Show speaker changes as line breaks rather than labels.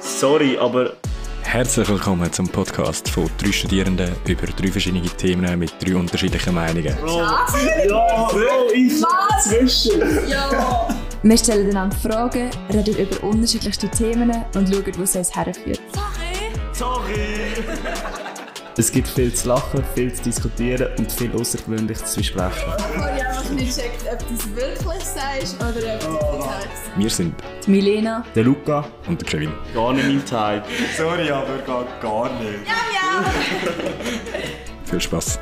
sorry, aber...
Herzlich willkommen zum Podcast von drei Studierenden über drei verschiedene Themen mit drei unterschiedlichen Meinungen.
Bro, ja, Bro, ich...
Ah,
Was?
Zwischen!
Ja!
Wir stellen einander Fragen, reden über unterschiedlichste Themen und schauen, wo es uns herführt.
Sorry!
Es gibt viel zu lachen, viel zu diskutieren und viel außergewöhnlich zu besprechen.
Ich habe einfach nicht gecheckt, ob du es wirklich sagst oder ob du es sagst.
Wir sind
Die Milena,
Der Luca,
und der Kevin.
Gar nicht mein Type.
Sorry, aber gar, gar nicht.
Ja, ja!
Viel Spaß.